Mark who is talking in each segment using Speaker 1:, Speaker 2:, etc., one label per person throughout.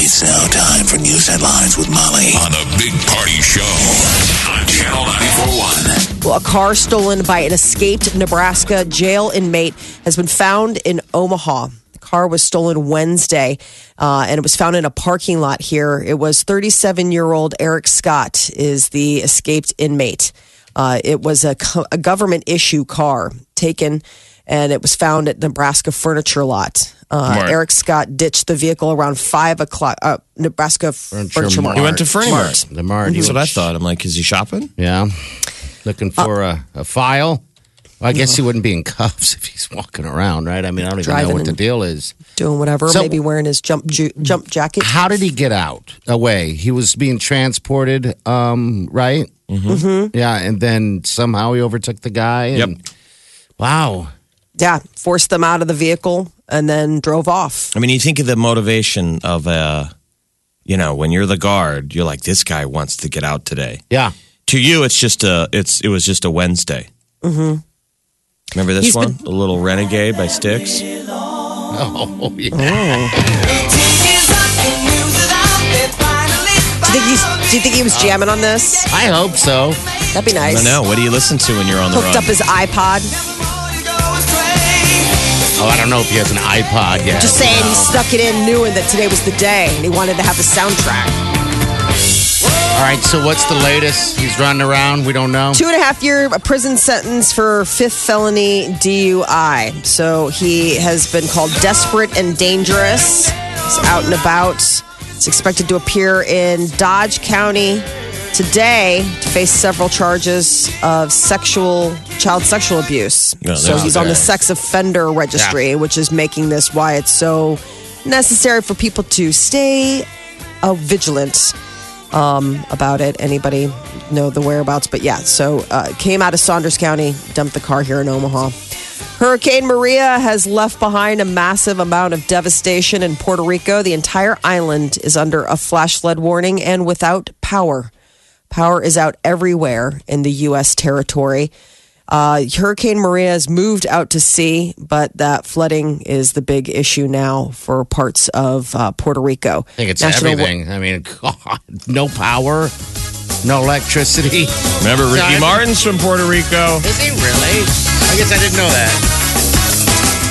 Speaker 1: It's now time for news headlines with Molly on a big party show on Channel 941.
Speaker 2: Well, a car stolen by an escaped Nebraska jail inmate has been found in Omaha. The car was stolen Wednesday, uh, and it was found in a parking lot here. It was 37-year-old Eric Scott is the escaped inmate. Uh, it was a, co- a government issue car taken, and it was found at Nebraska Furniture Lot. Uh,
Speaker 3: Right.
Speaker 2: Eric Scott ditched the vehicle around five o'clock. Uh, Nebraska Furniture, Mart.
Speaker 3: He went to Fernie
Speaker 2: Mart.
Speaker 3: Mart.
Speaker 4: The Mart.
Speaker 3: That's what I thought. I'm like, is he shopping?
Speaker 4: Yeah. Looking
Speaker 2: Uh,
Speaker 4: for a, a file. Well, I guess he wouldn't be in cuffs if he's walking around, right? I mean, I don't even know
Speaker 2: Driving
Speaker 4: what the
Speaker 2: and-
Speaker 4: deal is.
Speaker 2: doing whatever,
Speaker 4: So-
Speaker 2: maybe wearing his jump ju- jump jacket.
Speaker 4: How did he get out away? He was being transported, um, right? Mm-hmm. Yeah, and then somehow he overtook the guy. And,
Speaker 3: Yep.
Speaker 4: Wow.
Speaker 2: yeah, forced them out of the vehicle and then drove off.
Speaker 3: I mean, you think of the motivation of uh, you know, when you're the guard, you're like, this guy wants to get out today.
Speaker 4: Yeah.
Speaker 3: To you, it's just a, it's, it was just a Wednesday. Mm-hmm. Remember this
Speaker 2: He's
Speaker 3: one, a little renegade by Styx.
Speaker 4: Oh, yeah.
Speaker 2: Do you think he's? Do you think he was jamming on this?
Speaker 4: I hope so.
Speaker 2: That'd be
Speaker 3: I
Speaker 2: nice.
Speaker 3: don't know. What do you listen to when you're on the
Speaker 2: Hooked
Speaker 3: road?
Speaker 2: up his iPod.
Speaker 4: Oh, I don't know if he has an iPod yet.
Speaker 2: Just saying, he stuck it in, knowing that today was the day, and he wanted to have a soundtrack.
Speaker 4: All right, so what's the latest? He's running around. We don't know.
Speaker 2: Two and a half year prison sentence for fifth felony DUI. So he has been called desperate and dangerous. He's out and about. He's expected to appear in Dodge County today to face several charges of sexual child sexual abuse.
Speaker 3: Yeah,
Speaker 2: so
Speaker 3: that's
Speaker 2: he's
Speaker 3: okay.
Speaker 2: on the sex offender registry, which is making this why it's so necessary for people to stay uh, vigilant um, about it. Anybody know the whereabouts? But yeah, so uh, came out of Saunders County, dumped the car here in Omaha. Hurricane Maria has left behind a massive amount of devastation in Puerto Rico. The entire island is under a flash flood warning and without power. Power is out everywhere in the U.S. territory. Uh, Hurricane Maria has moved out to sea, but that flooding is the big issue now for parts of uh, Puerto Rico.
Speaker 4: I think it's
Speaker 2: National-
Speaker 4: everything. I mean, God, no power, no electricity.
Speaker 3: Remember Ricky
Speaker 4: Simon?
Speaker 3: Martin's from Puerto Rico?
Speaker 4: Is he really? I guess I didn't know that.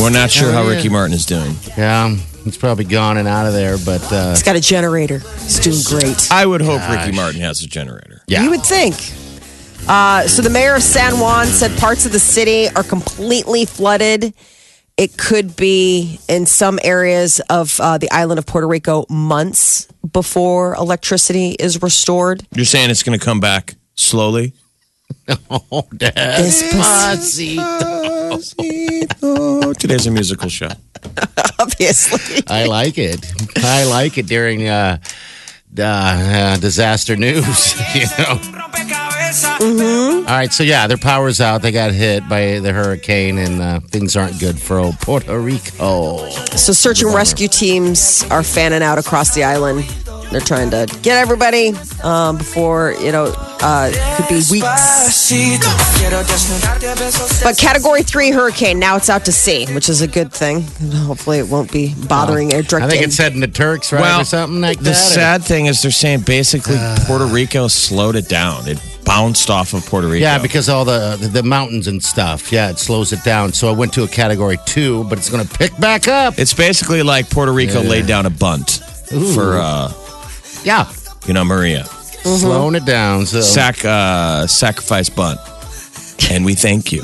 Speaker 3: We're not sure how
Speaker 4: Oh, yeah.
Speaker 3: Ricky Martin is doing.
Speaker 4: Yeah, he's probably gone and out of there, but uh,
Speaker 2: He's got a generator. He's doing great.
Speaker 3: I would hope Ricky Martin has a generator.
Speaker 4: yeah.
Speaker 2: You would think. Uh, so the mayor of San Juan said parts of the city are completely flooded. It could be in some areas of uh, the island of Puerto Rico months before electricity is restored.
Speaker 3: You're saying it's going to come back slowly?
Speaker 4: oh, Despacito.
Speaker 3: Today's a musical show.
Speaker 2: Obviously,
Speaker 4: I like it. I like it during uh, uh, uh, disaster news. You know. All right, so yeah, their power's out. They got hit by the hurricane, and uh, things aren't good for old Puerto Rico.
Speaker 2: so search and rescue teams are fanning out across the island. They're trying to get everybody um, before you know uh, it could be weeks. But Category Three hurricane now it's out to sea, which is a good thing. And hopefully, it won't be bothering or
Speaker 4: I
Speaker 2: directing.
Speaker 4: think it's heading to Turks, right, or something like
Speaker 3: the
Speaker 4: that. or- Uh.
Speaker 3: sad thing is they're saying basically Puerto Rico slowed it down. It bounced off of Puerto Rico.
Speaker 4: Yeah, because all the, the mountains and stuff. Yeah, it slows it down. So I went to a category two, but it's going to pick back up.
Speaker 3: it's basically like Puerto Rico laid down a bunt for uh,
Speaker 4: Yeah,
Speaker 3: you know Maria
Speaker 4: Mm-hmm. slowing it down. So
Speaker 3: sac uh, sacrifice bunt, and we thank you.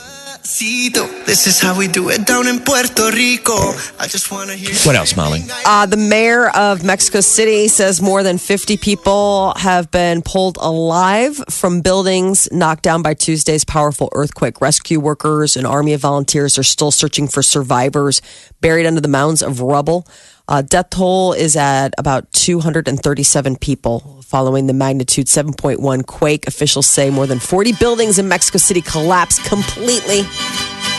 Speaker 5: This is how we do it down in Puerto Rico. I just want to hear.
Speaker 3: What else, Molly?
Speaker 2: Uh, the mayor of Mexico City says more than 50 people have been pulled alive from buildings knocked down by Tuesday's powerful earthquake. Rescue workers and army of volunteers are still searching for survivors. buried under the mounds of rubble. Uh, death toll is at about 237 people following the magnitude 7.1 quake. Officials say more than 40 buildings in Mexico City collapsed completely,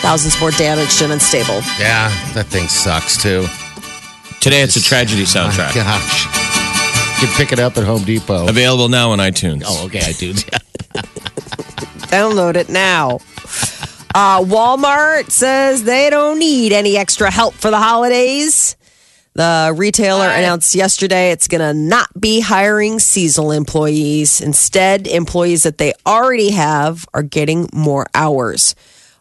Speaker 2: thousands more damaged and unstable.
Speaker 4: Yeah, that thing sucks too. Oh,
Speaker 3: Today it's a tragedy
Speaker 4: My
Speaker 3: soundtrack.
Speaker 4: gosh. You can pick it up at Home Depot.
Speaker 3: Available now on iTunes.
Speaker 4: oh, okay, I do.
Speaker 2: Download it now. Uh, Walmart says they don't need any extra help for the holidays. The retailer announced yesterday it's going to not be hiring seasonal employees. Instead, employees that they already have are getting more hours.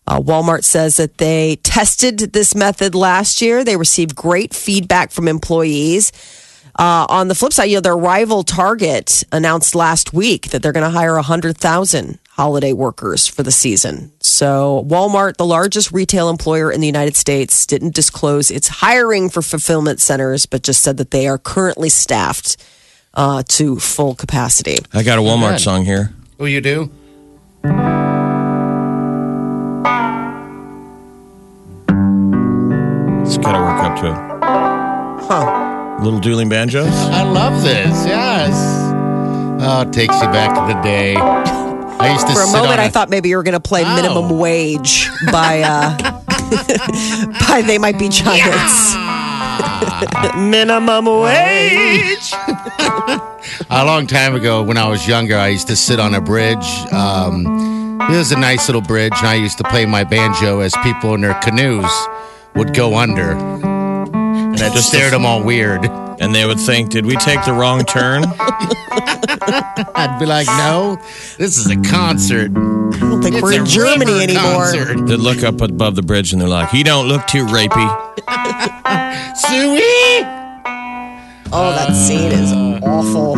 Speaker 2: Uh, Walmart says that they tested this method last year. They received great feedback from employees. Uh, on the flip side, you know, their rival Target announced last week that they're going to hire 100,000 holiday workers for the season. So, Walmart, the largest retail employer in the United States, didn't disclose its hiring for fulfillment centers, but just said that they are currently staffed uh, to full capacity.
Speaker 3: I got a Walmart
Speaker 4: Good.
Speaker 3: song here.
Speaker 4: Oh, you do?
Speaker 3: Just gotta work up to it.
Speaker 2: Huh.
Speaker 3: Little dueling banjos.
Speaker 4: I love this. Yes. Oh, it takes you back to the day. I used to
Speaker 2: For a
Speaker 4: sit
Speaker 2: moment,
Speaker 4: on
Speaker 2: I thought maybe you were going to play
Speaker 4: Oh.
Speaker 2: Minimum Wage by, uh, by They Might Be Giants. Minimum Wage.
Speaker 4: a long time ago when I was younger, I used to sit on a bridge. Um, it was a nice little bridge, and I used to play my banjo as people in their canoes would go under. And I just stared at them all weird.
Speaker 3: And they would think, did we take the wrong turn?
Speaker 4: I'd be like, no, this is a concert.
Speaker 2: I don't think
Speaker 4: It's
Speaker 2: we're
Speaker 4: a
Speaker 2: in Germany
Speaker 4: river
Speaker 2: anymore.
Speaker 4: concert.
Speaker 3: They'd look up above the bridge and they're like, he don't look too rapey.
Speaker 4: Suey!
Speaker 2: Oh, that scene is awful.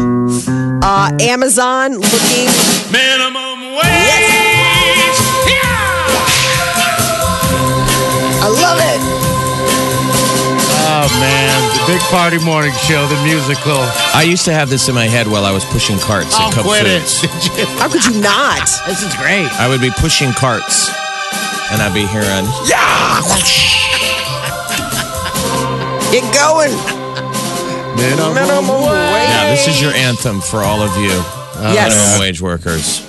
Speaker 2: Uh, Amazon looking.
Speaker 3: Minimum wage.
Speaker 2: I love it.
Speaker 4: Oh, man. The Big Party Morning Show, the musical.
Speaker 3: I used to have this in my head while I was pushing carts at Cub Foods.
Speaker 2: How could you not?
Speaker 4: This is great.
Speaker 3: I would be pushing carts and I'd be hearing,
Speaker 2: Get going.
Speaker 4: Minimum, wage.
Speaker 3: now this is your anthem for all of you minimum
Speaker 2: yes.
Speaker 3: wage workers.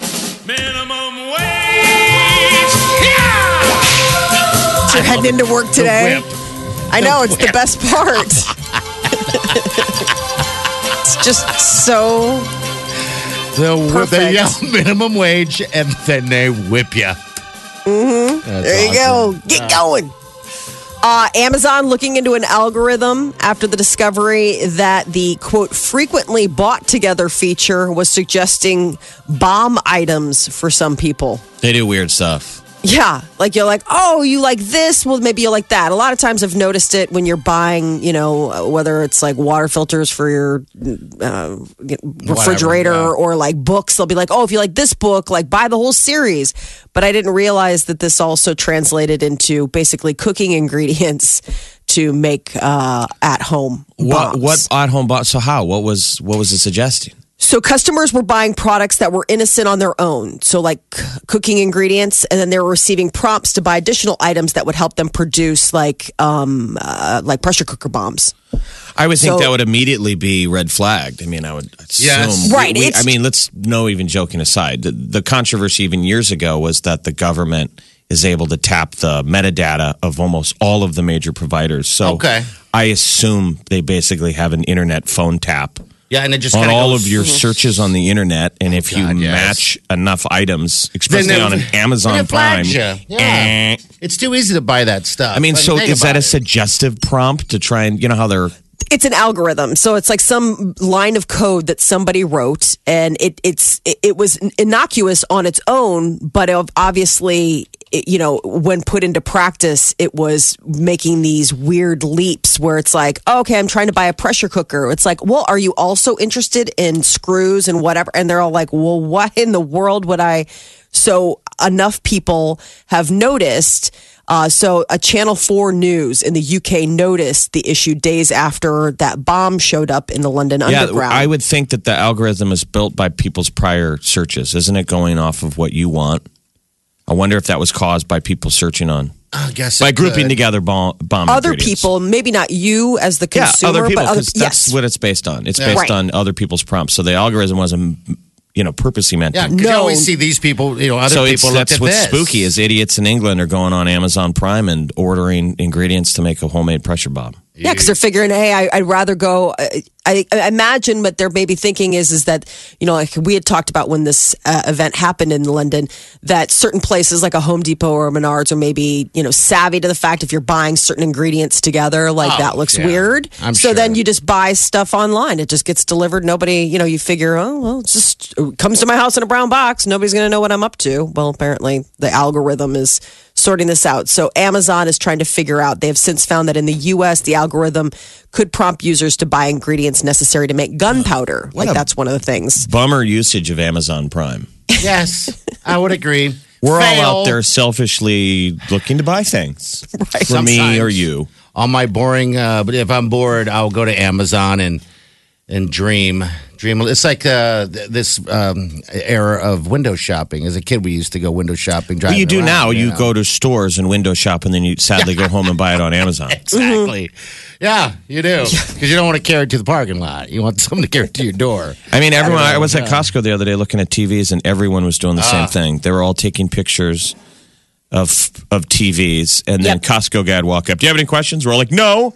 Speaker 3: Minimum wage.
Speaker 2: You're heading into work today. I know, it's the best part. it's just so.
Speaker 4: They'll whip, they
Speaker 2: Perfect.
Speaker 4: yell minimum wage and then they whip you. Mm-hmm.
Speaker 2: There you go. Get going. Uh, Amazon looking into an algorithm after the discovery that the quote frequently bought together feature was suggesting bomb items for some people.
Speaker 3: They do weird stuff.
Speaker 2: Yeah, like you're like, oh, you like this. Well, maybe you like that. A lot of times I've noticed it when you're buying, you know, uh, whether it's like water filters for your uh, refrigerator
Speaker 4: yeah.
Speaker 2: or like books. They'll be like, oh, if you like this book, like buy the whole series. But I didn't realize that this also translated into basically cooking ingredients to make uh, at home.
Speaker 3: What
Speaker 2: bombs.
Speaker 3: what at home bought? So how? What was what was it suggesting?
Speaker 2: So customers were buying products that were innocent on their own, so like c- cooking ingredients, and then they were receiving prompts to buy additional items that would help them produce like um uh, like pressure cooker bombs.
Speaker 3: I would think
Speaker 2: So-
Speaker 3: that would immediately be red flagged. I mean, I would assume.
Speaker 4: Yes.
Speaker 3: we-
Speaker 2: Right,
Speaker 3: we-
Speaker 2: it's-
Speaker 3: I mean, let's no even joking aside. The, the controversy even years ago was that the government is able to tap the metadata of almost all of the major providers. So
Speaker 4: Okay.
Speaker 3: I assume they basically have an internet phone tap
Speaker 4: Yeah, and it just
Speaker 3: on
Speaker 4: kinda
Speaker 3: all
Speaker 4: goes-
Speaker 3: of your searches on the internet. And if
Speaker 4: God,
Speaker 3: you
Speaker 4: yes.
Speaker 3: match enough items, especially
Speaker 4: they-
Speaker 3: on an
Speaker 4: then
Speaker 3: Amazon
Speaker 4: it flags
Speaker 3: Prime,
Speaker 4: you. Yeah.
Speaker 3: eh,
Speaker 4: It's too easy to buy that stuff.
Speaker 3: I mean, so
Speaker 4: think
Speaker 3: is
Speaker 4: about
Speaker 3: that a
Speaker 4: it.
Speaker 3: suggestive prompt to try and you know how they're
Speaker 2: It's an algorithm, so it's like some line of code that somebody wrote, and it it's it, it was innocuous on its own, but ob- obviously. It, you know, when put into practice, it was making these weird leaps where it's like, okay, I'm trying to buy a pressure cooker. It's like, well, are you also interested in screws and whatever? And they're all like, well, what in the world would I? So enough people have noticed. Uh, so a Channel 4 news in the UK noticed the issue days after that bomb showed up in the London Underground.
Speaker 3: I would think that the algorithm is built by people's prior searches, isn't it? Going off of what you want. I wonder if that was caused by people searching on
Speaker 4: I guess
Speaker 3: by
Speaker 4: it
Speaker 3: grouping
Speaker 4: could.
Speaker 3: together bomb, bomb
Speaker 2: Other
Speaker 3: ingredients.
Speaker 2: people, maybe not you as the
Speaker 3: yeah,
Speaker 2: consumer,
Speaker 3: other people
Speaker 2: but other,
Speaker 3: 'cause that's
Speaker 2: yes,
Speaker 3: what it's based on. It's
Speaker 4: Yeah.
Speaker 3: based
Speaker 2: Right.
Speaker 3: on other people's prompts. So the algorithm wasn't, you know, purposely meant.
Speaker 4: Yeah,
Speaker 3: to.
Speaker 4: 'cause you
Speaker 2: No.
Speaker 4: always see these people. You know, other
Speaker 3: so it's,
Speaker 4: people looked
Speaker 3: that's
Speaker 4: at
Speaker 3: what's
Speaker 4: this.
Speaker 3: spooky is idiots in England are going on Amazon Prime and ordering ingredients to make a homemade pressure bomb.
Speaker 2: yeah, because they're figuring, hey, I, I'd rather go. I, I, I imagine what they're maybe thinking is is that you know, like we had talked about when this uh, event happened in London, that certain places like a Home Depot or a Menards are maybe you know savvy to the fact if you're buying certain ingredients together, like
Speaker 3: Oh,
Speaker 2: that looks
Speaker 4: yeah.
Speaker 2: weird.
Speaker 4: I'm
Speaker 2: so
Speaker 4: sure.
Speaker 2: then you just buy stuff online; it just gets delivered. Nobody, you know, you figure, oh well, it just it comes to my house in a brown box. Nobody's going to know what I'm up to. Well, apparently the algorithm is sorting this out. So Amazon is trying to figure out. They have since found that in the U.S., the algorithm could prompt users to buy ingredients necessary to make gunpowder. Like that's one of the things.
Speaker 3: Bummer usage of Amazon Prime.
Speaker 4: Yes, I would agree.
Speaker 3: We're all
Speaker 4: Fail.
Speaker 3: out there selfishly looking to buy things for me
Speaker 4: Sometimes.
Speaker 3: or you.
Speaker 4: on my boring. Uh, but if I'm bored, I'll go to Amazon and and dream. Dream. It's like uh, th- this um, era of window shopping. As a kid, we used to go window shopping.
Speaker 3: Well,
Speaker 4: Driving
Speaker 3: you do
Speaker 4: around,
Speaker 3: now. You
Speaker 4: know.
Speaker 3: go to stores and window shop, and then you sadly go home and buy it on Amazon.
Speaker 4: exactly. Mm-hmm. Yeah, you do because you don't want to carry it to the parking lot. You want someone to carry it to your door.
Speaker 3: I mean, everyone. I was at Costco the other day looking at TVs, and everyone was doing the
Speaker 4: Ah.
Speaker 3: same thing. They were all taking pictures of of TVs, and then
Speaker 2: Yep.
Speaker 3: Costco guy would walk up. Do you have any questions? We're all like, no,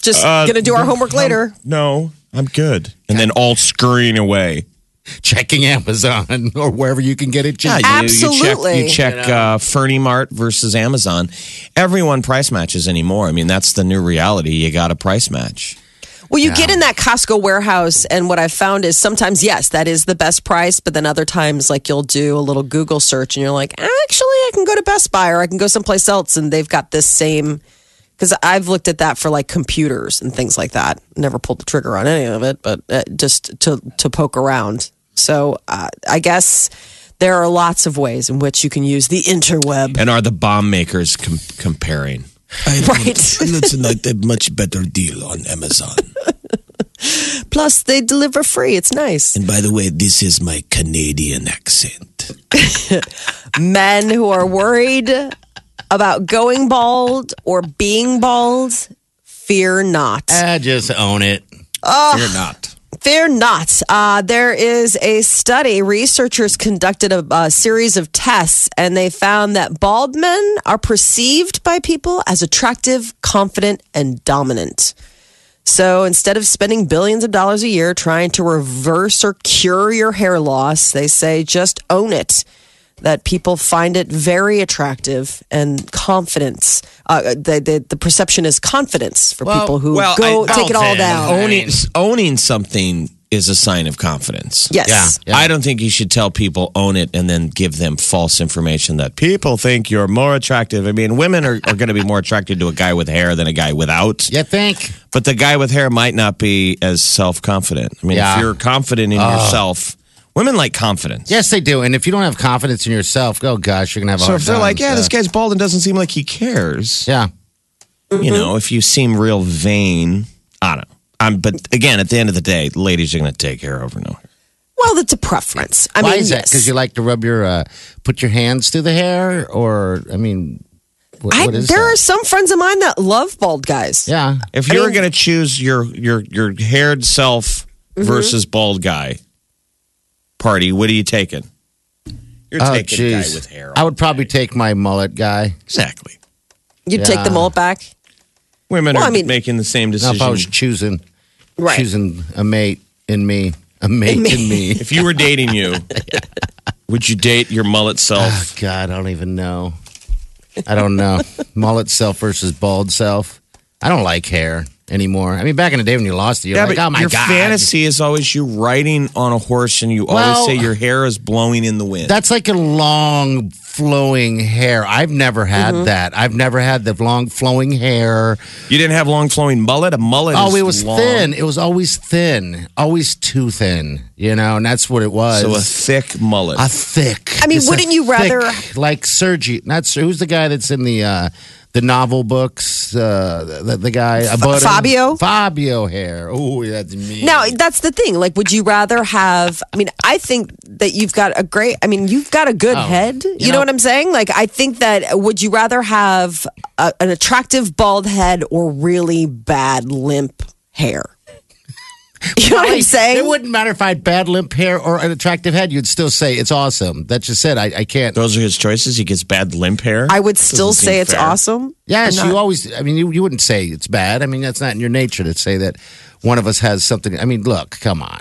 Speaker 2: Just gonna do our homework later.
Speaker 3: no, I'm good. And then all scurrying away.
Speaker 4: Checking Amazon or wherever you can get it. Checked.
Speaker 3: Yeah, you-
Speaker 2: Absolutely.
Speaker 3: You check, you check uh, Fernie Mart versus Amazon. Everyone price matches anymore. I mean, that's the new reality. You got a price match.
Speaker 2: Well, you get in that Costco warehouse, and what I've found is sometimes, yes, that is the best price, but then other times, like you'll do a little Google search and you're like, actually, I can go to Best Buy or I can go someplace else, and they've got this same. Because I've looked at that for like computers and things like that. Never pulled the trigger on any of it, but uh, just to, to poke around. So uh, I guess there are lots of ways in which you can use the interweb.
Speaker 3: And are the bomb makers com- comparing?
Speaker 2: Right.
Speaker 6: It's not a much better deal on Amazon.
Speaker 2: Plus, they deliver free. It's nice.
Speaker 6: And by the way, this is my Canadian accent.
Speaker 2: men who are worried about going bald or being bald, fear not.
Speaker 4: Ah, just own it.
Speaker 3: You're not.
Speaker 2: Fear not. Uh, there is a study. Researchers conducted a, a series of tests, and they found that bald men are perceived by people as attractive, confident, and dominant. So instead of spending billions of dollars a year trying to reverse or cure your hair loss, they say just own it. That people find it very attractive and confidence. Uh, the, the, the perception is confidence for people who
Speaker 3: well,
Speaker 2: go
Speaker 3: I-
Speaker 2: take it all
Speaker 4: Carlton,
Speaker 2: down.
Speaker 4: I
Speaker 3: Owning
Speaker 4: mean-
Speaker 3: owning something is a sign of confidence.
Speaker 2: Yes.
Speaker 4: Yeah.
Speaker 3: I don't think you should tell people own it and then give them false information that people think you're more attractive. I mean, women are, are going to be more attracted to a guy with hair than a guy without.
Speaker 4: You think?
Speaker 3: But the guy with hair might not be as self confident. I mean,
Speaker 4: Yeah.
Speaker 3: if you're confident in yourself, women like confidence.
Speaker 4: Yes, they do. And if you don't have confidence in yourself, oh gosh, you're gonna have a
Speaker 3: So
Speaker 4: hard
Speaker 3: if they're
Speaker 4: time,
Speaker 3: like, yeah,
Speaker 4: so-
Speaker 3: this guy's bald and doesn't seem like he cares,
Speaker 4: yeah.
Speaker 3: you know, if you seem real vain, I don't know. I'm, but again, at the end of the day, ladies are going to take hair over no hair.
Speaker 2: Well, that's a preference. I
Speaker 4: Why
Speaker 2: mean,
Speaker 4: is that?
Speaker 2: yes.
Speaker 4: Because you like to rub your, uh, put your hands through the hair, or I mean, what,
Speaker 2: I,
Speaker 4: what is
Speaker 2: there
Speaker 4: that?
Speaker 2: are some friends of mine that love bald guys.
Speaker 4: yeah,
Speaker 3: If you're going to choose your your your haired self versus bald guy party, what are you taking? You're
Speaker 4: oh
Speaker 3: taking a guy
Speaker 4: jeez.
Speaker 3: with hair.
Speaker 4: I would probably take my mullet guy.
Speaker 3: exactly.
Speaker 2: You'd take the
Speaker 4: Yeah.
Speaker 2: mullet back,
Speaker 3: Women
Speaker 2: Well,
Speaker 3: are
Speaker 2: I mean-
Speaker 3: making the same
Speaker 4: Now,
Speaker 3: decision.
Speaker 4: if I was choosing,
Speaker 2: right?
Speaker 4: choosing a mate in me, a mate in me.
Speaker 3: if you were dating you, would you date your mullet self?
Speaker 4: Oh, God, I don't even know. I don't know. mullet self versus bald self. I don't like hair anymore. I mean, back in the day when you lost it, you're like, oh my
Speaker 3: your
Speaker 4: god,
Speaker 3: fantasy is always you riding on a horse, and you
Speaker 4: Well-
Speaker 3: always say your hair is blowing in the wind.
Speaker 4: That's like a long flowing hair. I've never had
Speaker 3: Mm-hmm.
Speaker 4: that. I've never had the long flowing hair.
Speaker 3: you didn't have long flowing mullet. A mullet.
Speaker 4: oh,
Speaker 3: is
Speaker 4: it was
Speaker 3: long.
Speaker 4: thin. It was always thin. Always too thin. You know, and that's what it was.
Speaker 3: So a thick mullet.
Speaker 4: a thick.
Speaker 2: I mean,
Speaker 4: just a
Speaker 2: wouldn't you
Speaker 4: thick,
Speaker 2: rather-
Speaker 4: like Sergi? Not Ser- who's the guy that's in the uh the novel books. Uh, the, the guy about
Speaker 2: Fabio?
Speaker 4: Fabio hair. Oh, that's me.
Speaker 2: Now, that's the thing. Like, would you rather have? I mean, I think that you've got a great, I mean, you've got a good
Speaker 4: Oh,
Speaker 2: head. You,
Speaker 4: you
Speaker 2: know,
Speaker 4: know-
Speaker 2: what I'm saying? Like, I think that would you rather have a, an attractive bald head or really bad limp hair? You know what I'm saying?
Speaker 4: It wouldn't matter if I had bad limp hair or an attractive head. You'd still say it's awesome. That just said, I, I can't.
Speaker 3: Those are his choices. He gets bad limp hair.
Speaker 2: I would still
Speaker 3: Doesn't seem
Speaker 2: say it's
Speaker 3: fair.
Speaker 2: awesome.
Speaker 4: Yes, you always. I mean, you, you wouldn't say it's bad. I mean, that's not in your nature to say that one of us has something. I mean, look, come on.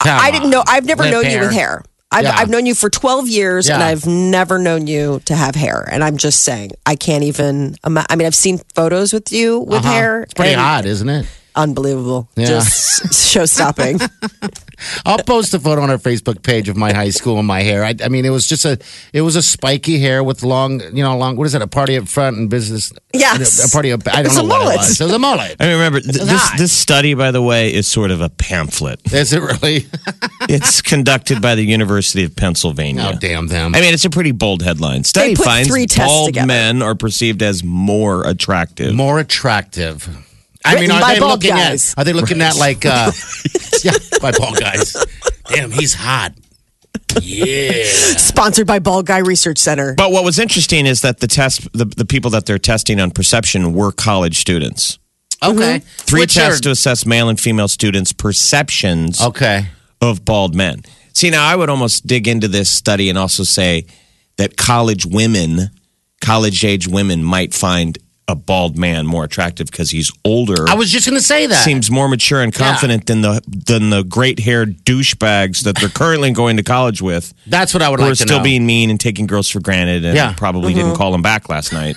Speaker 4: Come
Speaker 2: I didn't know.
Speaker 4: on.
Speaker 2: I've never
Speaker 4: Limp
Speaker 2: known you with hair. I've,
Speaker 4: Yeah.
Speaker 2: I've known you for 12 years and
Speaker 4: Yeah.
Speaker 2: I've never known you to have hair. And I'm just saying, I can't even. ima- I mean, I've seen photos with you with
Speaker 4: Uh-huh.
Speaker 2: hair.
Speaker 4: It's pretty
Speaker 2: and
Speaker 4: odd, isn't it?
Speaker 2: Unbelievable.
Speaker 4: Yeah.
Speaker 2: Just show stopping.
Speaker 4: I'll post a photo on our Facebook page of my high school and my hair. I, I mean, it was just a, it was a spiky hair with long, you know, long. What is it? A party up front and business.
Speaker 2: Yes.
Speaker 4: a, party up. I don't
Speaker 2: It's a
Speaker 4: know what
Speaker 2: mullet.
Speaker 4: it was. It was a mullet.
Speaker 3: I mean, remember th- this.
Speaker 4: not.
Speaker 3: This study, by the way, is sort of a pamphlet.
Speaker 4: Is it really?
Speaker 3: it's conducted by the University of Pennsylvania.
Speaker 4: Oh, damn them.
Speaker 3: I mean, it's a pretty bold headline. Study
Speaker 2: put
Speaker 3: finds
Speaker 2: three tests
Speaker 3: bald
Speaker 2: together.
Speaker 3: men are perceived as more attractive.
Speaker 4: more attractive. I
Speaker 2: Written
Speaker 4: mean, are
Speaker 2: by
Speaker 4: they
Speaker 2: bald
Speaker 4: looking
Speaker 2: guys.
Speaker 4: at? Are they looking at like? Uh, yeah, by bald guys. Damn, he's hot. Yeah.
Speaker 2: Sponsored by Bald Guy Research Center.
Speaker 3: But what was interesting is that the test, the, the people that they're testing on perception were college students.
Speaker 2: Mm-hmm.
Speaker 4: Okay.
Speaker 3: Three
Speaker 4: Which
Speaker 3: tests
Speaker 4: are-
Speaker 3: to assess male and female students' perceptions
Speaker 4: okay.
Speaker 3: of bald men. See, now I would almost dig into this study and also say that college women, college age women, might find a bald man more attractive because he's older.
Speaker 4: I was just gonna say that.
Speaker 3: seems more mature and confident than the than the great haired douchebags that they're currently going to college with.
Speaker 4: That's what I would
Speaker 3: Who are
Speaker 4: like to
Speaker 3: still
Speaker 4: know.
Speaker 3: being mean and taking girls for granted, and
Speaker 4: Yeah.
Speaker 3: probably didn't call him back last night.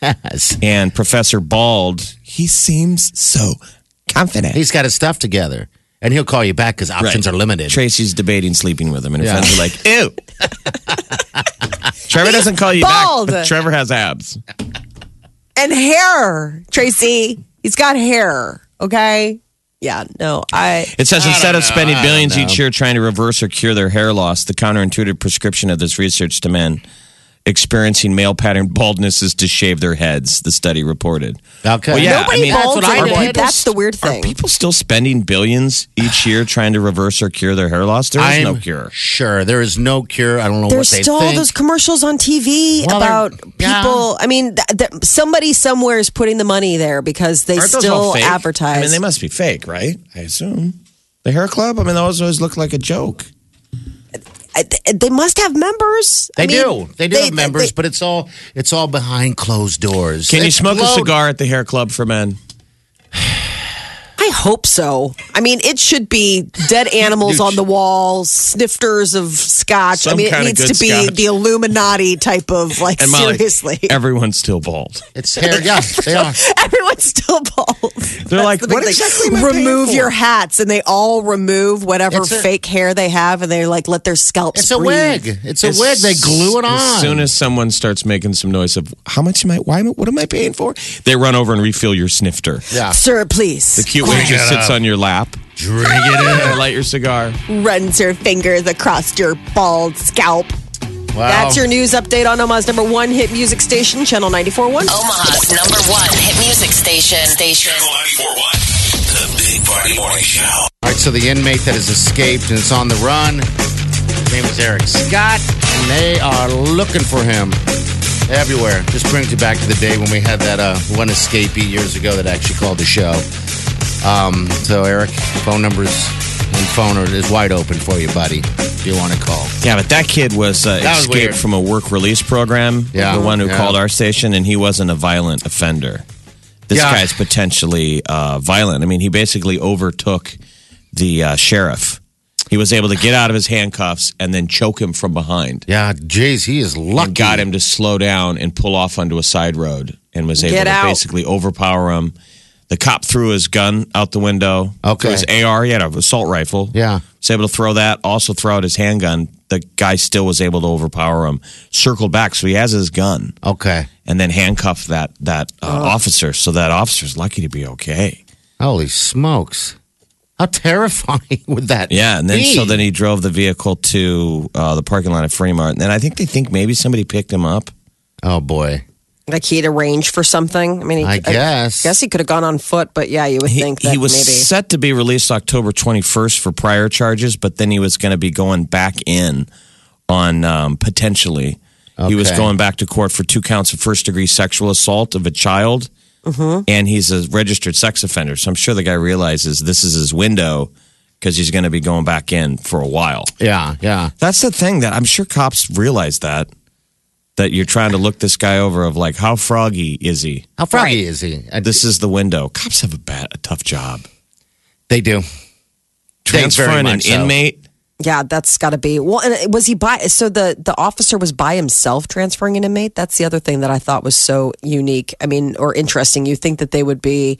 Speaker 4: Yes.
Speaker 3: and Professor Bald, he seems so confident.
Speaker 4: He's got his stuff together, and he'll call you back because options
Speaker 3: Right.
Speaker 4: are limited.
Speaker 3: Tracy's debating sleeping with him, and her
Speaker 4: Yeah.
Speaker 3: friends are like, "Ew." Trevor doesn't call you
Speaker 2: bald.
Speaker 3: back, but Trevor has abs.
Speaker 2: And hair, Tracy. He's got hair. Okay. Yeah. No, I.
Speaker 3: It says instead of spending billions
Speaker 4: know.
Speaker 3: each year trying to reverse or cure their hair loss, the counterintuitive prescription of this research to men experiencing male pattern baldness is to shave their heads. The study reported.
Speaker 4: Okay.
Speaker 3: Well, yeah,
Speaker 2: Nobody
Speaker 3: I mean,
Speaker 2: balds
Speaker 3: that's what I
Speaker 2: are
Speaker 3: did.
Speaker 2: bald. That's the weird
Speaker 3: Are
Speaker 2: thing.
Speaker 3: people still spending billions each year trying to reverse or cure their hair loss? There is
Speaker 4: I'm
Speaker 3: no cure.
Speaker 4: Sure, there is no cure. I don't know
Speaker 2: There's
Speaker 4: what they
Speaker 2: still all
Speaker 4: think.
Speaker 2: those commercials on TV
Speaker 4: Well,
Speaker 2: about
Speaker 4: they're- yeah.
Speaker 2: people. I mean, th- th- somebody somewhere is putting the money there because they
Speaker 3: Aren't those all
Speaker 2: still
Speaker 3: fake?
Speaker 2: advertise.
Speaker 3: I mean, they must be fake, right? I assume. The hair club? I mean, those always look like a joke.
Speaker 2: I- th- they must have members.
Speaker 4: They
Speaker 2: I mean,
Speaker 4: do. They do have members, but it's all it's all behind closed doors.
Speaker 3: Can you
Speaker 4: It's
Speaker 3: smoke a
Speaker 4: loaded.
Speaker 3: cigar at the hair club for men?
Speaker 2: I hope so. I mean, it should be dead animals on the wall, snifters of scotch. I
Speaker 3: Some
Speaker 2: mean, it
Speaker 3: kinda
Speaker 2: needs
Speaker 3: good
Speaker 2: to be
Speaker 3: scotch.
Speaker 2: the Illuminati type of like
Speaker 3: And Molly,
Speaker 2: seriously.
Speaker 3: everyone's still bald.
Speaker 4: It's hair. Yeah, they are.
Speaker 2: Everyone's still bald.
Speaker 3: They're like,
Speaker 2: the big
Speaker 3: "What
Speaker 2: thing.
Speaker 3: exactly am I paying
Speaker 2: remove your
Speaker 3: for?"
Speaker 2: hats, and they all remove whatever
Speaker 4: It's a-
Speaker 2: fake hair they have, and they like let their scalps.
Speaker 4: It's a
Speaker 2: breathe.
Speaker 4: wig. It's a wig. They glue it on.
Speaker 3: As soon as someone starts making some noise of how much am I? Why? am I- What am I paying for? They run over and refill your snifter.
Speaker 4: yeah,
Speaker 2: Sir, please
Speaker 3: The cute wig just sits on your lap.
Speaker 4: drink it
Speaker 3: Or light your cigar.
Speaker 2: runs your fingers across your bald scalp.
Speaker 4: in.
Speaker 3: Um,
Speaker 4: Wow.
Speaker 2: That's your news update on Omaha's number one hit music station, Channel 94.1.
Speaker 7: Omaha's number one hit music station. Station.
Speaker 1: Channel 94.1, The Big Party Morning Show.
Speaker 4: All right, so the inmate that has escaped and is on the run. His name is Eric Scott, and they are looking for him everywhere. Just brings you back to the day when we had that uh, one escapee years ago that actually called the show. Um, so Eric, phone numbers and phone are, is wide open for you, buddy. If you want to call,
Speaker 3: Yeah, but that kid was uh,
Speaker 4: That was
Speaker 3: escaped
Speaker 4: weird.
Speaker 3: from a work release program.
Speaker 4: Yeah.
Speaker 3: the one who
Speaker 4: Yeah.
Speaker 3: called our station, and he wasn't a violent offender. This
Speaker 4: Yeah.
Speaker 3: guy's potentially uh, violent. I mean, he basically overtook the uh, sheriff. He was able to get out of his handcuffs and then choke him from behind.
Speaker 4: yeah, jeez, he is lucky.
Speaker 3: and got him to slow down and pull off onto a side road and was able
Speaker 2: Get
Speaker 3: to
Speaker 2: out.
Speaker 3: basically overpower him. The cop threw his gun out the window.
Speaker 4: Okay.
Speaker 3: Threw his AR, he had an assault rifle.
Speaker 4: Yeah.
Speaker 3: Was able to throw that, also throw out his handgun. The guy still was able to overpower him, circled back, so he has his gun,
Speaker 4: Okay,
Speaker 3: and then handcuffed that, that uh, officer. So that officer's lucky to be okay.
Speaker 4: holy smokes, how terrifying would that?
Speaker 3: Yeah, and then
Speaker 4: be?
Speaker 3: so then he drove the vehicle to uh, the parking lot at Fremont. And then I think they think maybe somebody picked him up.
Speaker 4: oh boy,
Speaker 2: Like he had arranged for something. I mean, he,
Speaker 4: I guess.
Speaker 2: guess he could have gone on foot, but yeah, you would think that
Speaker 3: he was
Speaker 2: maybe.
Speaker 3: set to be released October 21st for prior charges, but then he was going to be going back in on um, potentially. He was
Speaker 4: Okay.
Speaker 3: going back to court for two counts of first degree sexual assault of a child,
Speaker 2: Mm-hmm.
Speaker 3: and he's a registered sex offender. So I'm sure the guy realizes this is his window because he's going to be going back in for a while.
Speaker 4: Yeah, yeah.
Speaker 3: That's the thing that I'm sure cops realize that that you're trying to look this guy over of like how froggy is he?
Speaker 4: How froggy is he? I-
Speaker 3: This is the window. Cops have a bad, a tough job.
Speaker 4: they do. Thanks very
Speaker 3: Transferring an
Speaker 4: much so.
Speaker 3: inmate.
Speaker 2: yeah, that's got to be. Well, and uh, was he by? So the the officer was by himself transferring an inmate. That's the other thing that I thought was so unique. I mean, or interesting. You think that they would be.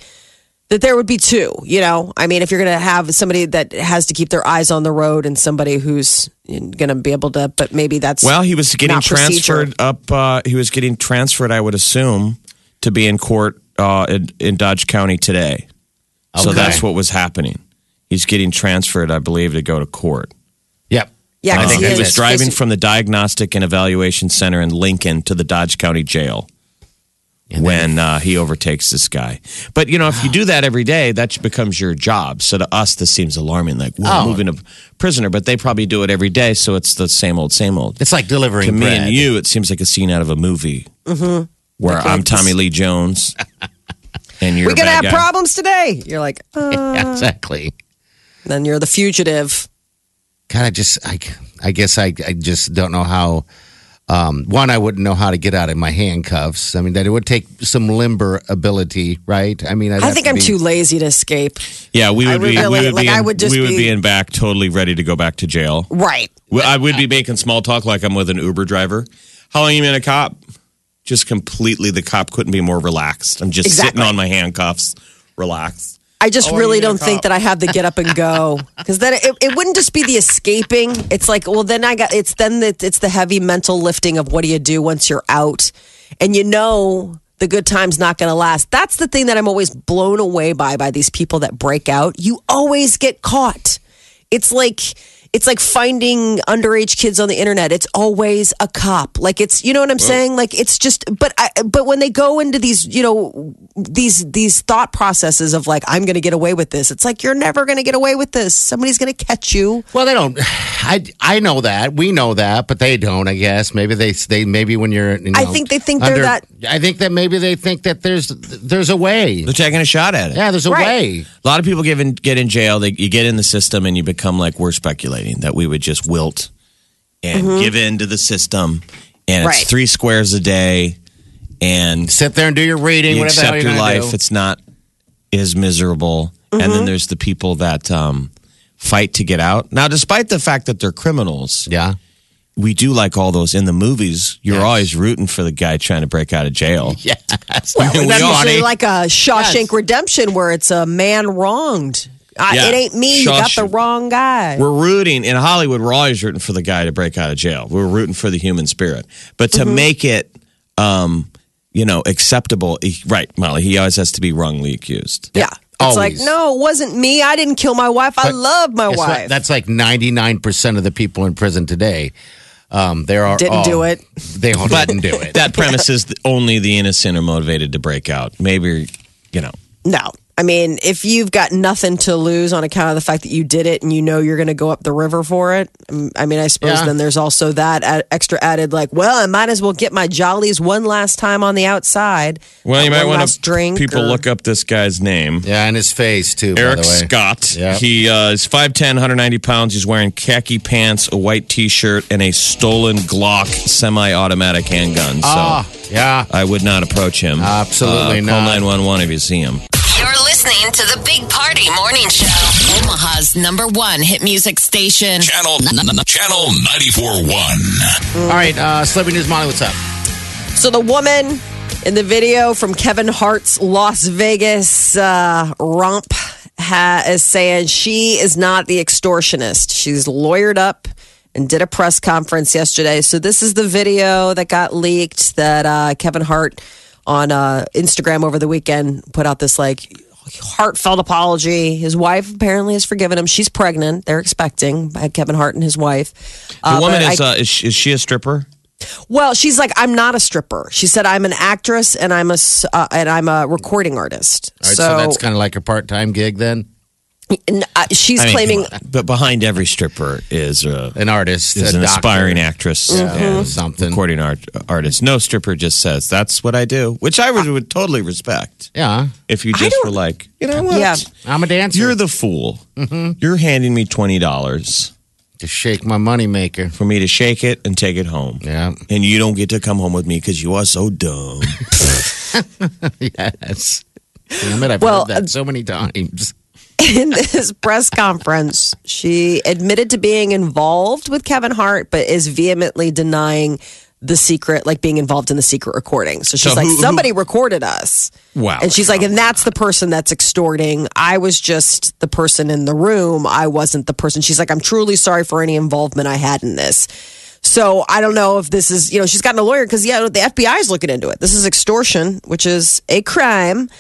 Speaker 2: That there would be two, you know. I mean, if you're going to have somebody that has to keep their eyes on the road and somebody who's going to be able to, but maybe that's
Speaker 3: Well, he was getting
Speaker 2: Not procedure.
Speaker 3: transferred up. Uh, he was getting transferred, I would assume, to be in court uh, in, in Dodge County today. So
Speaker 4: Okay.
Speaker 3: that's what was happening. He's getting transferred, I believe, to go to court.
Speaker 4: Yep.
Speaker 2: Oh, yeah. 'cause
Speaker 3: Um, he
Speaker 4: that's
Speaker 3: was
Speaker 4: it.
Speaker 3: driving from the Diagnostic and Evaluation Center in Lincoln to the Dodge County Jail when uh, he overtakes this guy. But you know, if you do that every day, that becomes your job. So to us, this seems alarming. Like we're
Speaker 4: Oh.
Speaker 3: moving a prisoner, but they probably do it every day, so it's the same old, same old.
Speaker 4: It's like delivering
Speaker 3: to me
Speaker 4: bread.
Speaker 3: and you, it seems like a scene out of a movie
Speaker 2: Mm-hmm.
Speaker 3: where I'm Tommy Lee Jones and you're
Speaker 2: We're going to
Speaker 3: a
Speaker 2: have
Speaker 3: bad guy.
Speaker 2: problems today. You're like, uh,
Speaker 4: Yeah, exactly.
Speaker 2: then you're the fugitive.
Speaker 4: God, I just, I, I guess I, I just don't know how. Um, one, I wouldn't know how to get out of my handcuffs. I mean, that it would take some limber ability, right? I mean, I'd
Speaker 2: I
Speaker 4: have
Speaker 2: think
Speaker 4: to
Speaker 2: I'm
Speaker 4: be-
Speaker 2: too lazy to escape.
Speaker 3: Yeah, we
Speaker 2: I
Speaker 3: would be,
Speaker 2: really-
Speaker 3: we would
Speaker 2: like,
Speaker 3: be, in,
Speaker 2: I would just
Speaker 3: we would
Speaker 2: be-
Speaker 3: be in back, totally ready to go back to jail.
Speaker 2: Right.
Speaker 3: Well, I would be making small talk like I'm with an Uber driver. How long you been a cop? Just completely, the cop couldn't be more relaxed. I'm just
Speaker 2: Exactly.
Speaker 3: sitting on my handcuffs, relaxed.
Speaker 2: I just
Speaker 3: Oh,
Speaker 2: really
Speaker 3: you need a
Speaker 2: don't think
Speaker 3: cop.
Speaker 2: that I have the get up and go because then it, it wouldn't just be the escaping. It's like, well, then I got it's then the, it's the heavy mental lifting of what do you do once you're out, and you know the good time's not going to last. That's the thing that I'm always blown away by by these people that break out. You always get caught. It's like it's like finding underage kids on the internet. It's always a cop. Like it's you know what I'm saying? Like it's just but I but when they go into these, you know, these these thought processes of like I'm going to get away with this. It's like you're never going to get away with this. Somebody's going to catch you.
Speaker 4: Well, they don't. I, I know that we know that, but they don't. I guess maybe they they maybe when you're. You know,
Speaker 2: I think they think they're that-
Speaker 4: I think that maybe they think that there's there's a way.
Speaker 3: They're taking a shot at it.
Speaker 4: Yeah, there's a
Speaker 2: Right.
Speaker 4: way.
Speaker 3: A lot of people get in, get in jail. They, you get in the system, and you become like we're speculating that we would just wilt and give in to the system. And
Speaker 2: Mm-hmm. Right.
Speaker 3: it's three squares a day, and
Speaker 4: Sit there and do your reading.
Speaker 3: you
Speaker 4: whatever the hell
Speaker 3: accept your
Speaker 4: you're gonna
Speaker 3: life.
Speaker 4: do. Mm-hmm.
Speaker 3: It's not as miserable. And then there's the people that um, fight to get out. Now, despite the fact that they're criminals,
Speaker 4: yeah.
Speaker 3: we do like all those in the movies. You're
Speaker 4: Yes.
Speaker 3: always rooting for the guy trying to break out of jail.
Speaker 4: Yeah.
Speaker 3: We
Speaker 2: That's
Speaker 3: all
Speaker 2: usually
Speaker 3: need-
Speaker 2: like a Shawshank Redemption where it's a man wronged. I,
Speaker 3: Yeah.
Speaker 2: It ain't me. You got the
Speaker 3: Shawshank.
Speaker 2: wrong guy.
Speaker 3: We're rooting in Hollywood. We're always rooting for the guy to break out of jail. We're rooting for the human spirit, but to
Speaker 4: Mm-hmm.
Speaker 3: make it, um, you know, acceptable, he- right, Molly? He always has to be wrongly accused.
Speaker 2: Yeah. It's like,
Speaker 4: Always.
Speaker 2: no, it wasn't me. I didn't kill my wife. I
Speaker 4: But
Speaker 2: love my
Speaker 4: Guess what?
Speaker 2: wife.
Speaker 4: That's like 99% of the people in prison today. Um, there are
Speaker 2: Didn't
Speaker 4: all-
Speaker 2: do it.
Speaker 4: They all didn't do it.
Speaker 3: That premise is th- only the innocent are motivated to break out. Maybe, you know.
Speaker 2: No. I mean, if you've got nothing to lose on account of the fact that you did it and you know you're going to go up the river for it, mm, I mean, I suppose
Speaker 4: Yeah.
Speaker 2: then there's also that ad- extra added, like, well, I might as well get my jollies one last time on the outside.
Speaker 3: Well, you
Speaker 2: That
Speaker 3: might
Speaker 2: one
Speaker 3: want
Speaker 2: last
Speaker 3: to people look up this guy's name.
Speaker 4: yeah, and his face too. by
Speaker 3: Eric
Speaker 4: the way.
Speaker 3: Scott.
Speaker 4: Yeah.
Speaker 3: He uh, is 5'10, 190 pounds. He's wearing khaki pants, a white t shirt, and a stolen Glock semi automatic handgun. So
Speaker 4: Ah, yeah.
Speaker 3: I would not approach him. Uh,
Speaker 4: Absolutely
Speaker 3: Call
Speaker 4: not.
Speaker 3: 911 if you see him.
Speaker 7: You're listening to the Big Party Morning Show. Omaha's number one hit music station.
Speaker 1: Channel, channel 94.1.
Speaker 4: All right, uh, celebrity news, Molly. What's up?
Speaker 2: So the woman in the video from Kevin Hart's Las Vegas uh, romp ha- is saying she is not the extortionist. She's lawyered up and did a press conference yesterday. So this is the video that got leaked that uh, Kevin Hart on uh, Instagram over the weekend put out this like heartfelt apology. His wife apparently has forgiven him. She's pregnant. They're expecting uh, Kevin Hart and his wife.
Speaker 3: The woman
Speaker 2: but
Speaker 3: is,
Speaker 2: I-
Speaker 3: uh, is, she, is she a stripper?
Speaker 2: Well, she's like, I'm not a stripper. She said, I'm an actress and I'm a s- uh, and I'm a recording artist.
Speaker 4: All right, so, that's kind of like her part-time gig then.
Speaker 2: n- uh, she's
Speaker 3: I mean,
Speaker 2: claiming
Speaker 3: But behind every stripper is uh, a,
Speaker 4: An artist,
Speaker 3: is
Speaker 4: a
Speaker 3: an
Speaker 4: doctor.
Speaker 3: aspiring actress
Speaker 2: Mm-hmm.
Speaker 3: and
Speaker 4: Something.
Speaker 3: recording art, artist. No stripper just says, that's what I do, which I would, would totally respect
Speaker 4: Yeah,
Speaker 3: if you just were like, you know what?
Speaker 2: Yeah. Mm-hmm.
Speaker 4: I'm a dancer.
Speaker 3: You're the fool. You're handing me $20
Speaker 4: to shake my moneymaker.
Speaker 3: for me to shake it and take it home.
Speaker 4: Yeah,
Speaker 3: And you don't get to come home with me because you are so dumb.
Speaker 4: yes. Damn it, I've
Speaker 2: Well, uh,
Speaker 4: heard that so many times.
Speaker 2: in this press conference, she admitted to being involved with Kevin Hart, but is vehemently denying the secret, like being involved in the secret recording. So she's
Speaker 3: So
Speaker 2: like,
Speaker 3: who- who-
Speaker 2: somebody recorded us.
Speaker 3: Wow.
Speaker 2: And she's like, and that's the person that's extorting. I was just the person in the room. I wasn't the person. She's like, I'm truly sorry for any involvement I had in this. So I don't know if this is, you know, she's gotten a lawyer because, yeah, the FBI is looking into it. This is extortion, which is a crime.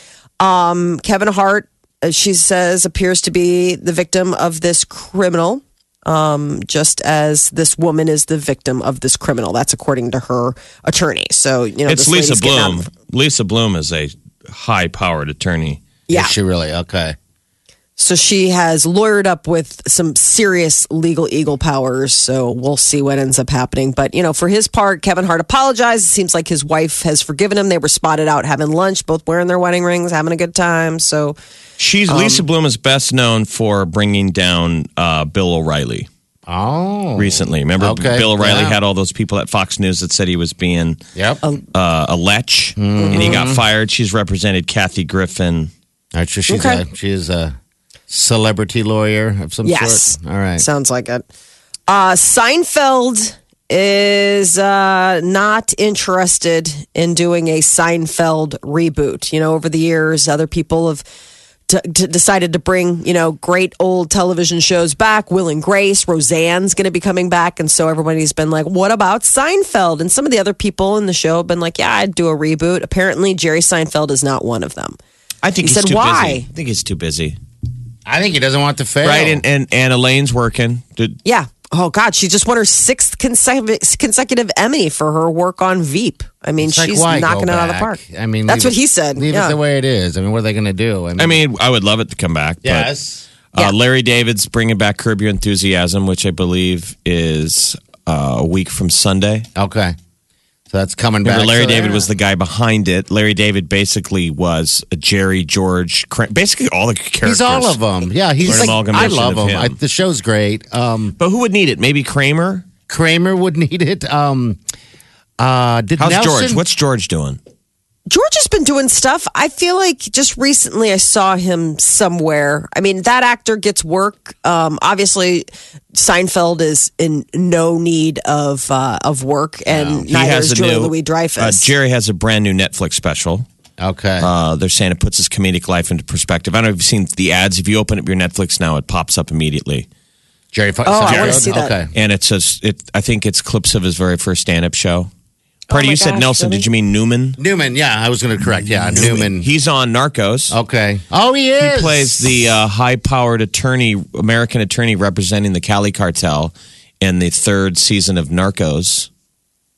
Speaker 2: Um, Kevin Hart, uh, she says, appears to be the victim of this criminal, um, just as this woman is the victim of this criminal. That's according to her attorney. So, you know,
Speaker 3: it's
Speaker 2: this
Speaker 3: Lisa
Speaker 2: lady's getting out
Speaker 3: Bloom.
Speaker 2: of-
Speaker 3: Lisa Bloom is a high powered attorney.
Speaker 2: Yeah.
Speaker 4: Is she really? Okay.
Speaker 2: So she has lawyered up with some serious legal eagle powers. So we'll see what ends up happening. But, you know, for his part, Kevin Hart apologized. It seems like his wife has forgiven him. They were spotted out having lunch, both wearing their wedding rings, having a good time. So,
Speaker 3: She's
Speaker 2: Um,
Speaker 3: Lisa Bloom is best known for bringing down uh, Bill O'Reilly
Speaker 4: Oh.
Speaker 3: recently. Remember,
Speaker 4: Okay,
Speaker 3: Bill O'Reilly
Speaker 4: yeah.
Speaker 3: had all those people at Fox News that said he was being
Speaker 4: Yep.
Speaker 2: Oh,
Speaker 3: uh, a lech, and he
Speaker 4: Mm-hmm.
Speaker 3: got fired. She's represented Kathy Griffin.
Speaker 4: Alright, so she's
Speaker 2: Okay.
Speaker 4: a, she is a celebrity lawyer of some
Speaker 2: yes.
Speaker 4: sort. All right.
Speaker 2: Sounds like it. Uh, Seinfeld is uh, not interested in doing a Seinfeld reboot. You know, over the years, other people have. d d- decided to bring you know great old television shows back will and grace roseanne's going to be coming back and so everybody's been like what about seinfeld and some of the other people in the show have been like yeah i'd do a reboot apparently jerry seinfeld is not one of them
Speaker 3: I think
Speaker 2: He
Speaker 3: he's
Speaker 2: said,
Speaker 3: too
Speaker 2: "Why?"
Speaker 3: busy. I think he's too busy.
Speaker 4: I think he doesn't want to fail.
Speaker 3: Right, and, and and Elaine's working. Did,
Speaker 2: Yeah. Oh God, she just won her sixth consecutive consecutive Emmy for her work on Veep. I mean,
Speaker 4: It's like,
Speaker 2: she's
Speaker 4: why go
Speaker 2: knocking it out of the
Speaker 4: back?
Speaker 2: park.
Speaker 4: I mean,
Speaker 2: that's
Speaker 4: leave
Speaker 2: what
Speaker 4: it-
Speaker 2: he said.
Speaker 4: Leave
Speaker 2: yeah.
Speaker 4: it the way it is. I mean, what are they going to do?
Speaker 3: I mean, I would love it to come back. but-
Speaker 4: yes.
Speaker 3: Uh, Larry David's bringing back Curb Your Enthusiasm, which I believe is uh, a week from Sunday.
Speaker 4: Okay. So that's coming back.
Speaker 3: Remember, Larry
Speaker 4: So,
Speaker 3: David
Speaker 4: yeah.
Speaker 3: was the guy behind it. Larry David basically was a Jerry George, Cran- basically all the characters.
Speaker 4: He's all of them. Yeah, he's
Speaker 3: Or an
Speaker 4: like, I
Speaker 3: amalgamation
Speaker 4: love
Speaker 3: of
Speaker 4: him. I,
Speaker 3: him.
Speaker 4: the show's great. Um,
Speaker 3: But who would need it? Maybe Kramer.
Speaker 4: Kramer would need it. Um, uh, did
Speaker 3: How's
Speaker 4: Nelson-
Speaker 3: George? What's George doing?
Speaker 2: George has been doing stuff. I feel like just recently I saw him somewhere. I mean, that actor gets work. Um, obviously, Seinfeld is in no need of uh, of work, and
Speaker 3: he
Speaker 2: neither
Speaker 3: has
Speaker 2: is
Speaker 3: a
Speaker 2: Julia
Speaker 3: new.
Speaker 2: Louis
Speaker 3: uh,
Speaker 2: Dreyfus.
Speaker 3: Jerry has a brand new Netflix special.
Speaker 4: Okay.
Speaker 3: Uh, they're saying it puts his comedic life into perspective. I don't know if you've seen the ads. If you open up your Netflix now, it pops up immediately.
Speaker 4: Jerry. Fo-
Speaker 2: Oh, I
Speaker 4: Seinfeld?
Speaker 2: wanna see that.
Speaker 4: Okay.
Speaker 3: and it's a, it, I think it's clips of his very first stand up show. Party,
Speaker 2: Oh my
Speaker 3: you said
Speaker 2: gosh,
Speaker 3: Nelson.
Speaker 2: really?
Speaker 3: Did you mean Newman?
Speaker 4: Newman. Yeah, I was going to correct. Yeah, Newman.
Speaker 3: He's on Narcos.
Speaker 4: okay. Oh, he is.
Speaker 3: He plays the uh, high powered attorney, American attorney representing the Cali cartel in the third season of Narcos.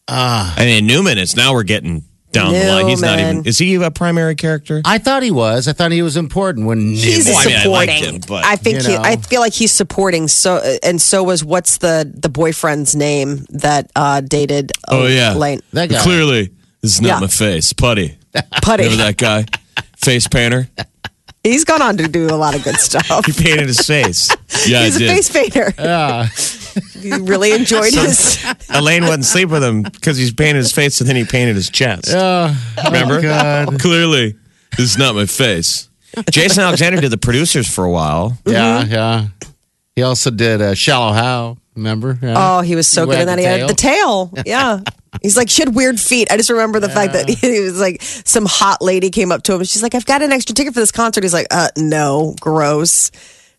Speaker 4: Ah.
Speaker 3: I mean, Newman is now we're getting down the line. He's not even,
Speaker 2: Newman.
Speaker 3: is he a primary character?
Speaker 4: I thought he was. I thought he was important when
Speaker 2: He's
Speaker 4: Newman.
Speaker 3: Well, I mean, I liked
Speaker 2: supporting. I,
Speaker 3: him, but,
Speaker 2: think
Speaker 4: you
Speaker 2: he,
Speaker 4: know.
Speaker 2: I feel like he's supporting. So and so was what's the the boyfriend's name that uh, dated?
Speaker 3: Oh, yeah.
Speaker 2: Lane
Speaker 4: That guy.
Speaker 3: Clearly, this is not
Speaker 2: Yeah.
Speaker 3: my face. Putty.
Speaker 2: Putty.
Speaker 3: Remember that guy? face painter?
Speaker 2: He's gone on to do a lot of good stuff.
Speaker 3: He painted his face. Yeah,
Speaker 2: He's
Speaker 3: I
Speaker 2: a
Speaker 3: did.
Speaker 2: face painter. Yeah, he really enjoyed his.
Speaker 3: Elaine wouldn't sleep with him because he's painted his face and then he painted his chest. Remember? Clearly, this is not my face. Jason Alexander did the producers for a while.
Speaker 4: Yeah, yeah. He also did uh, Shallow How. Remember? Yeah.
Speaker 2: Oh, he was so
Speaker 4: You
Speaker 2: good in
Speaker 4: had
Speaker 2: that.
Speaker 4: the
Speaker 2: He had the tail. Yeah. He's like, she had weird feet. I just remember the fact that he was like, some hot lady came up to him. and She's like, I've got an extra ticket for this concert. He's like, uh, no, gross.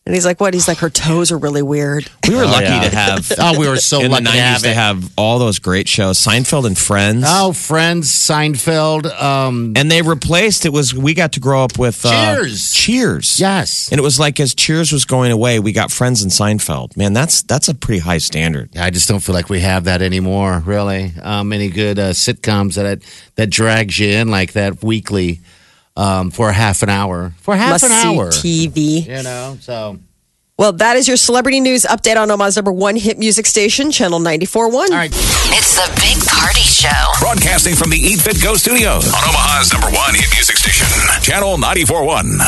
Speaker 2: And he's like, what? He's like, her toes are really weird.
Speaker 3: We were lucky
Speaker 4: yeah.
Speaker 3: to have.
Speaker 4: Oh, we were so
Speaker 3: in
Speaker 4: lucky
Speaker 3: the
Speaker 4: to have
Speaker 3: to
Speaker 4: it.
Speaker 3: have all those great shows, Seinfeld and Friends.
Speaker 4: Oh, Friends, Seinfeld. Um,
Speaker 3: And they replaced it was we got to grow up with uh,
Speaker 4: Cheers.
Speaker 3: Cheers.
Speaker 4: yes.
Speaker 3: And it was like as Cheers was going away, we got Friends and Seinfeld. Man, that's that's a pretty high standard.
Speaker 4: I just don't feel like we have that anymore, really. Um, any good uh, sitcoms that that drags you in like that weekly um, for half an hour. For half an
Speaker 2: Must-see
Speaker 4: hour.
Speaker 2: TV.
Speaker 4: You know, so.
Speaker 2: Well, that is your celebrity news update on Omaha's number one hit music station, Channel 94.1. All
Speaker 4: right.
Speaker 7: It's the Big Party Show.
Speaker 1: Broadcasting from the Eat Fit Go studios on Omaha's number one hit music station, Channel 941.